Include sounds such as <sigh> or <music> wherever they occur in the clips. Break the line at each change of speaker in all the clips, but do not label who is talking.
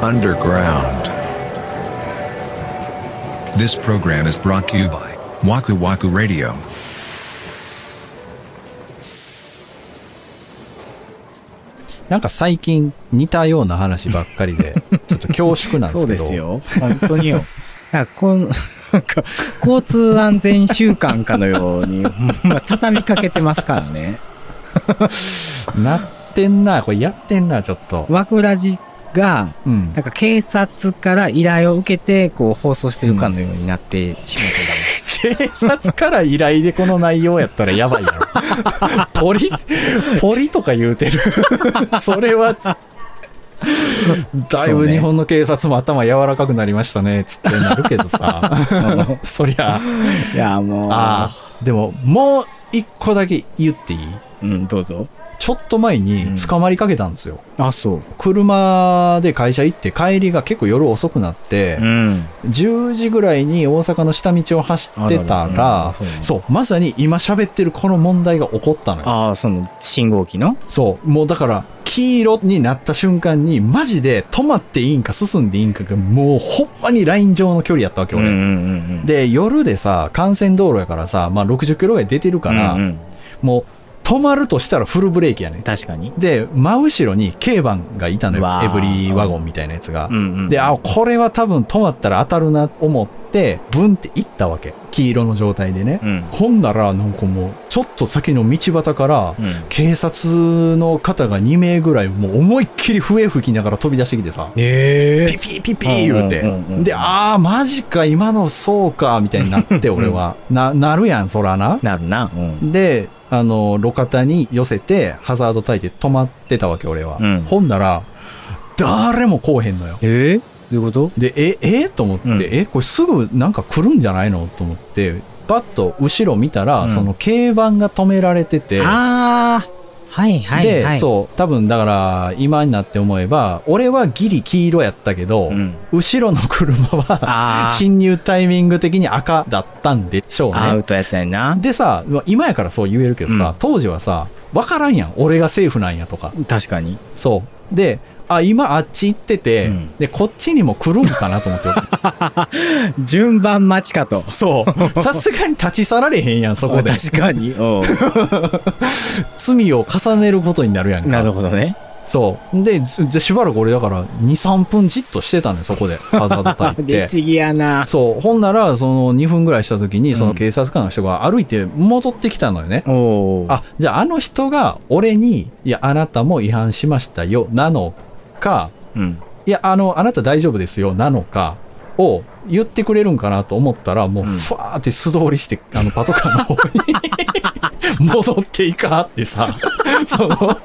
underground.
This program is brought to you by Waku Waku Radio.
なんか最近似たような話ばっかり <laughs> で、ちょっと恐縮なんで
そ
す
う
け
で
ど。
すよ。本当によ。 <laughs> なんかこん <laughs> なんか交通安全週間かのように、 <laughs> ほんま畳みかけてますからね。
なってんな、これやってんな、ちょっと。
ワクラジが、
うん
なん。か警察から依頼を受けて、こう放送してるかのようになってしまって
<laughs> 警
る。
察から依頼でこの内容やったらやばいやろ。ポリ、ポリとか言う <laughs> てる。それは、だいぶ日本の警察も頭柔らかくなりましたね、つってなるけど <laughs> さ。そりゃ、
いや、もう、
ああ、でも、もう一個だけ言っていい
うん、どうぞ。
ちょっと前に捕まりかけたんですよ。
あ、そう。
車で会社行って帰りが結構夜遅くなって、
うん。
10時ぐらいに大阪の下道を走ってた
あら
ら、
らうんそうね
そう、まさに今喋ってるこの問題が起こったのよ。
ああ、その、信号機の
そう、もうだから、黄色になった瞬間に、マジで止まっていいんか進んでいいんかが、もうほんまにライン上の距離やったわけ、
うん
俺。
うんうん。
で、夜でさ、幹線道路やからさ、まあ60キロぐらい出てるから、
うんうん、
もう止まるとしたらフルブレーキやね。
確かに。
で、真後ろに軽バンがいたのよ
わ。あ
エブリーワゴンみたいなやつが。
うんうん。
で、あ、これは多分止まったら当たるなと思って、ブンって行ったわけ。黄色の状態でね。
うん
ほんなら、なんかもう、ちょっと先の道端から、
うん
警察の方が2名ぐらい、もう思いっきり笛吹きながら飛び出してきてさ、
え
ピピピピ言うて
うんうんうんう。ん
で、あー、マジか、今のそうか、みたいになっ
<laughs>
て、俺は。な、なるやん、そらな。
なるな。うん。
で、あの、路肩に寄せて、ハザード焚いて止まってたわけ、俺は。
うん
ほんなら、誰も来おへんのよ。
えー、どういうこと
で、え、えと思って、
うん
え、これすぐなんか来るんじゃないのと思って、パッと後ろ見たら、
うん
その軽バンが止められてて、
ああ、はいはいはい。
で、そう、多分だから、今になって思えば、俺はギリ黄色やったけど、
うん
後ろの車は
あ、ー
<laughs> 侵入タイミング的に赤だったんでしょうね。
アウトやったよな。
でさ、まあ今やからそう言えるけどさ、
うん
当時はさ、わからんやん。俺がセーフなんやとか。
確かに。
そう。で、あ、今あっち行ってて、
うん
で、こっちにも来るんかなと思
<laughs>
って。
順番待ちかと。
そう。 <laughs> さすがに立ち去られへんやん、そこ
<laughs>
で。
確かに。おう
罪を重ねることになるやんか。
<laughs> なるほどね。
そう。で、しでしばらく俺だから、2、3分じっとしてたのよ、そこで。ハザード焚
<laughs>
いて。
律儀やな。
そう。ほんなら、その2分ぐらいした時に、その警察官の人が歩いて戻ってきたのよね。
おお。
あ、じゃああの人が俺に、いや、あなたも違反しましたよ、なのか、
うん。
いや、あの、あなた大丈夫ですよ、なのか、を言ってくれるんかなと思ったら、もう、
ん
ふわーって素通りして、あの、パトカーの方に <laughs> 戻っていかってさ、 <laughs> その、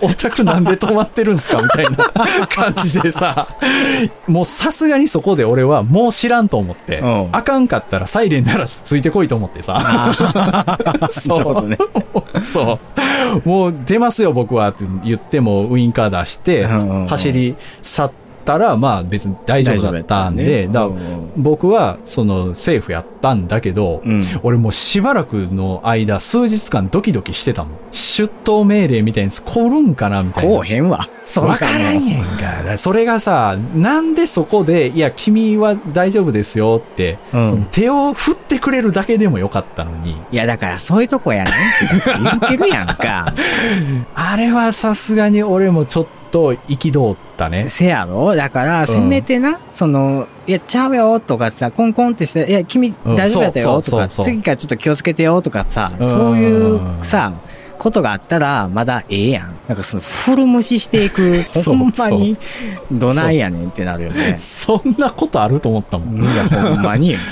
お宅なんで止まってるんすかみたいな感じでさ、もうさすがにそこで俺はもう知らんと思って
うん、
あかんかったらサイレン鳴らしてついてこいと思ってさ、
な
<laughs> そ
るほ
う
ど。ね。
<laughs> そう。もう出ますよ、僕はって言っても、ウインカー出して、
うんうんうん
走り去ったら、まあ別に大丈夫だったんで、
大丈
だから
夫やったねうんうん
僕は、その、セーフやったんだけど、
うん
俺もうしばらくの間、数日間ドキドキしてたもん。出頭命令みたいに来るんかなみたいな。
こうへんわ。そ
わからん
よ。
やんか。だからそれがさ、なんでそこで、いや、君は大丈夫ですよって、
うん
その手を振ってくれるだけでもよかったのに、
いや、だからそういうとこやねんって言ってるやんか。
あれはさすがに俺もちょっと憤ったね。
せやろだから、せめてな、その、いや、ちゃうよとかさ、コンコンってして、いや、君
うん
大丈夫だったよと
そうそう
か、
そうそう
次からちょっと気をつけてよとかさ、
うん
そういうさ、ことがあったら、まだええやん。なんかその、古無視してい
<laughs>
く、
そう
ほんまに、どないやねんってなるよね。
そんなことあると思ったもん。
いや、ほんまに。
だか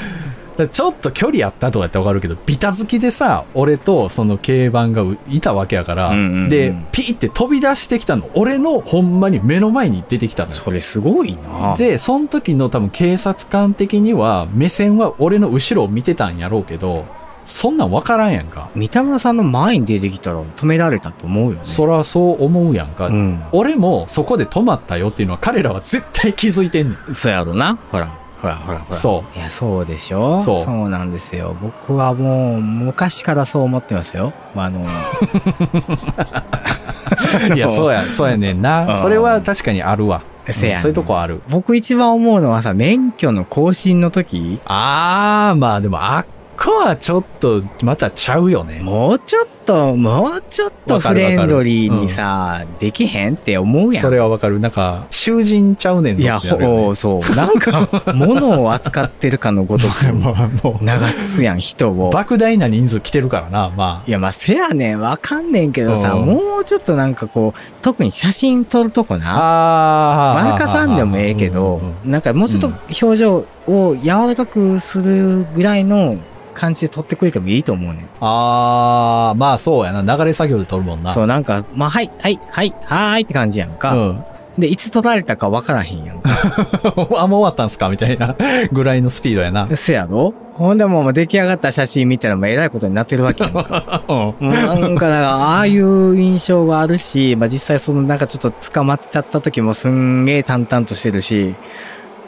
らちょっと距離あったとかやってわかるけど、ビタ好きでさ、俺とその軽バンがういたわけやから、
うんうんうん
で、ピーって飛び出してきたの。俺のほんまに目の前に出てきたのよ。
それすごいな。
<laughs> で、その時の多分警察官的には、目線は俺の後ろを見てたんやろうけど、そんなんわからんやんか。
三田村さんの前に出てきたら止められたと思うよね。
そらそう思うやんか。
うん
俺もそこで止まったよっていうのは彼らは絶対気づいてんねん。
そうやろな。ほら、ほら、ほら、ほら。。
そう
いや、そうでしょ
そう
そうなんですよ。僕はもう、昔からそう思ってますよ。まあ、あの、
<laughs> いや、そうや、そうやねんな。
うん
それは確かにあるわ。
せやねん
そういうとこある。
僕一番思うのはさ、免許の更新の時、
あー、まあでも、あっこはちょっと、またちゃうよね。
もうちょっと、もうちょっと
わか
フ
るわかる
レンドリーにさ、できへんって思うや
そ
ん。
れはわかる。なんか、囚人ちゃうねんぞ
いや、
ってなるよね
ほそう。なんか、 <laughs> 物を扱ってるかのごとく、
<laughs> もう、も
流すやん、人
う、
を。
莫大な人数来てるからな、まあ。
いや、まあ、せやねん、わかんねんけどさ、
うん
もうちょっとなんかこう、特に写真撮るとこな。
あ
マーカーさんでもええけど
うんうんう、
なんかもうちょっと表情を柔らかくするぐらいの感じで撮ってくれてもいいと思うねん。
あー、まあそうやな。流れ作業で撮るもんな。
そう、なんか、まあ、はい、はい、はい、はーいって感じやん
う
か。
ん。 <laughs>
で、いつ撮られたかわからへんやんか。
あ、もう終わったんすかみたいなぐらいのスピードやな。
せやろほんでもう出来上がった写真見たらもうえらいことになってるわけやんか。
うん。
もうなんか、だからああいう印象があるし、まあ、実際そのなんかちょっと捕まっちゃった時もすんげえ淡々としてるし、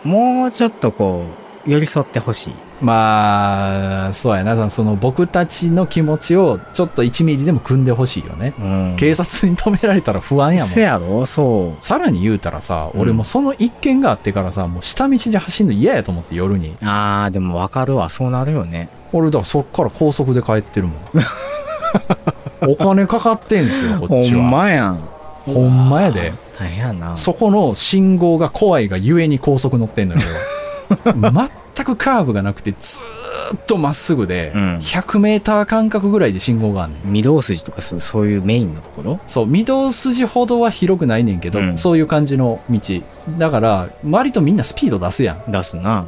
もうちょっとこう、寄り添ってほしい。
まあ、そうやな。その僕たちの気持ちをちょっと1ミリでも組んでほしいよね。
うん。
警察に止められたら不安やもん。
せやろそう。
さらに言うたらさ、俺もその一件があってからさ、もう下道で走るの嫌やと思って夜に。
あー、でもわかるわ。そうなるよね。
俺だからそっから高速で帰って
<laughs>
るもん。お金かかってんすよ、こっちは。
やん。
ほんまやで。
大変やな。
そこの信号が怖いがゆえに高速乗
<laughs>
ってんのよ。俺は全くカーブがなくて、ずーっとまっすぐで、
うん
100メーター間隔ぐらいで信号があんねん。
御堂筋とかそうそういうメインのところ
そう、御堂筋ほどは広くないねんけど、
うん
そういう感じの道。だから、割とみんなスピード出すやん。
出すな。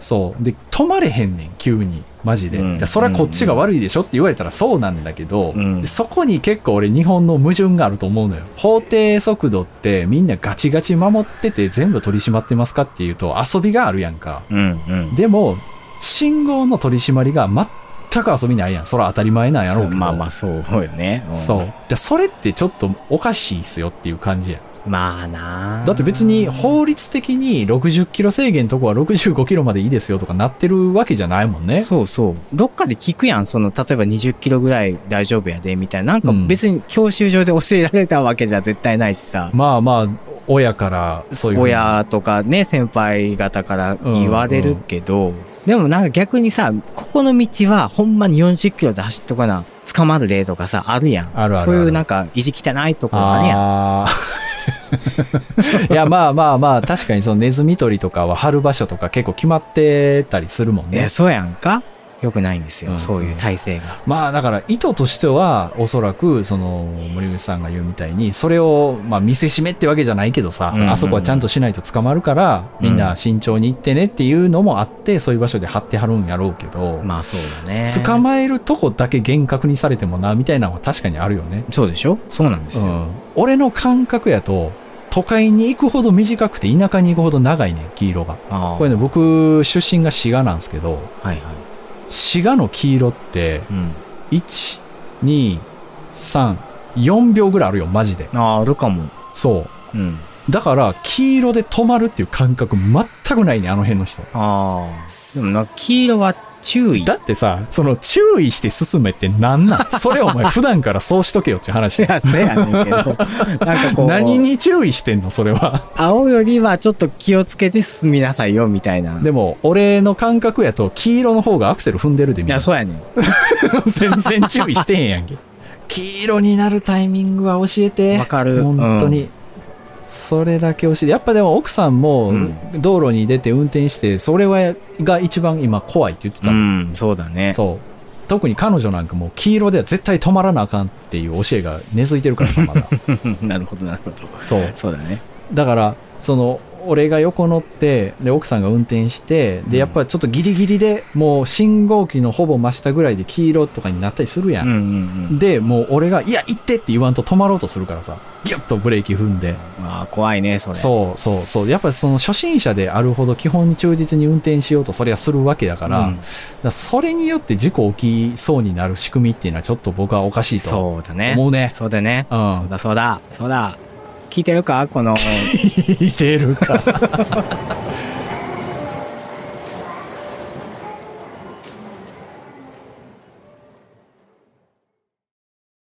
そう。で、止まれへんねん、急に。マジで。
うん
だからそれはこっちが悪いでしょって言われたらそうなんだけど、
うん
でそこに結構俺日本の矛盾があると思うのよ。法定速度ってみんなガチガチ守ってて全部取り締まってますかっていうと遊びがあるやんか。
うんうん。
でも、信号の取り締まりが全く遊びないやん。それは当たり前なんやろうけ
そう
ど。
まあまあそうよね。ん
そう。だからそれってちょっとおかしいっすよっていう感じやん。
まあな。
だって別に法律的に60キロ制限のとこは65キロまでいいですよとかなってるわけじゃないもんね。
そうそう。どっかで聞くやん。その、例えば20キロぐらい大丈夫やで、みたいな。なんか
うん
別に教習所で教えられたわけじゃ絶対ないしさ。
まあまあ、親からそういうふうに。
親とかね、先輩方から言われるけど、でもなんか逆にさ、ここの道はほんまに40キロで走っとかな、捕まる例とかさ、あるやん。
あるあるある
そういうなんか意地汚いとこあるやん。
ああ。
<laughs>
いや、まあまあまあ、確かにそのネズミ捕りとかは貼る場所とか結構決まってたりするもん
いや、
ね。
そうやんかよくないんですよ、
うん
そういう体制が。
まあだから意図としては、おそらく、その森口さんが言うみたいに、それを、まあ見せしめってわけじゃないけどさ、
うんうんうん
あそこはちゃんとしないと捕まるから、みんな慎重に行ってねっていうのもあって、そういう場所で貼ってはるんやろうけど、
まあそうだね。
捕まえるとこだけ厳格にされてもな、みたいなのは確かにあるよね。
そうでしょそうなんです
う
よ。
ん、俺の感覚やと都会に行くほど短くて田舎に行くほど長いねん黄色が
ああ。
これね僕出身が滋賀なんですけど
はいはい。
滋賀の黄色って
うん。
1234秒ぐらいあるよマジで
ああ、あるかも。
そ
うん。
うだから黄色で止まるっていう感覚全くないねんあの辺の人
ああ。でもな、黄色は注意。
だってさその注意して進めってなん
<laughs>
なんそれお前普段からそうしとけよっていう話
いや、そうやねんけ <laughs> ど。なんかこう。
何に注意してんのそれは
青よりはちょっと気をつけて進みなさいよみたいな。
でも、俺の感覚やと、黄色の方がアクセル踏んでるで
い
みんな
や、そうやねん。
全然注意してへんやんけ。黄色になるタイミングは教えて。
わかる
本当に。それだけ教えて。やっぱでも奥さんも
うん
道路に出て運転して、それはが一番今怖いって言ってた
う
の、
ん、そうだね。
そう。特に彼女なんかもう黄色では絶対止まらなあかんっていう教えが根付いてるからさ、
<laughs>
まだ。
なるほど、なるほど。
そう。
そうだね。
だからその俺が横乗ってで奥さんが運転して
うん
でやっぱちょっとギリギリでもう信号機のほぼ真下ぐらいで黄色とかになったりするや、
うんうんん
でもう俺が「いや行って!」って言わんと止まろうとするからさギュッとブレーキ踏んで、
うん。ああ、怖いね、それ。
そうそうそうやっぱその初心者であるほど基本に忠実に運転しようとそれはするわけだから,、
うん
だからそれによって事故起きそうになる仕組みっていうのはちょっと僕はおかしいと <laughs>
そうだね。
思うね
そうだね。
う
そうんだ、そうだ、そうだ。聞いてるかこの、
聞いてるか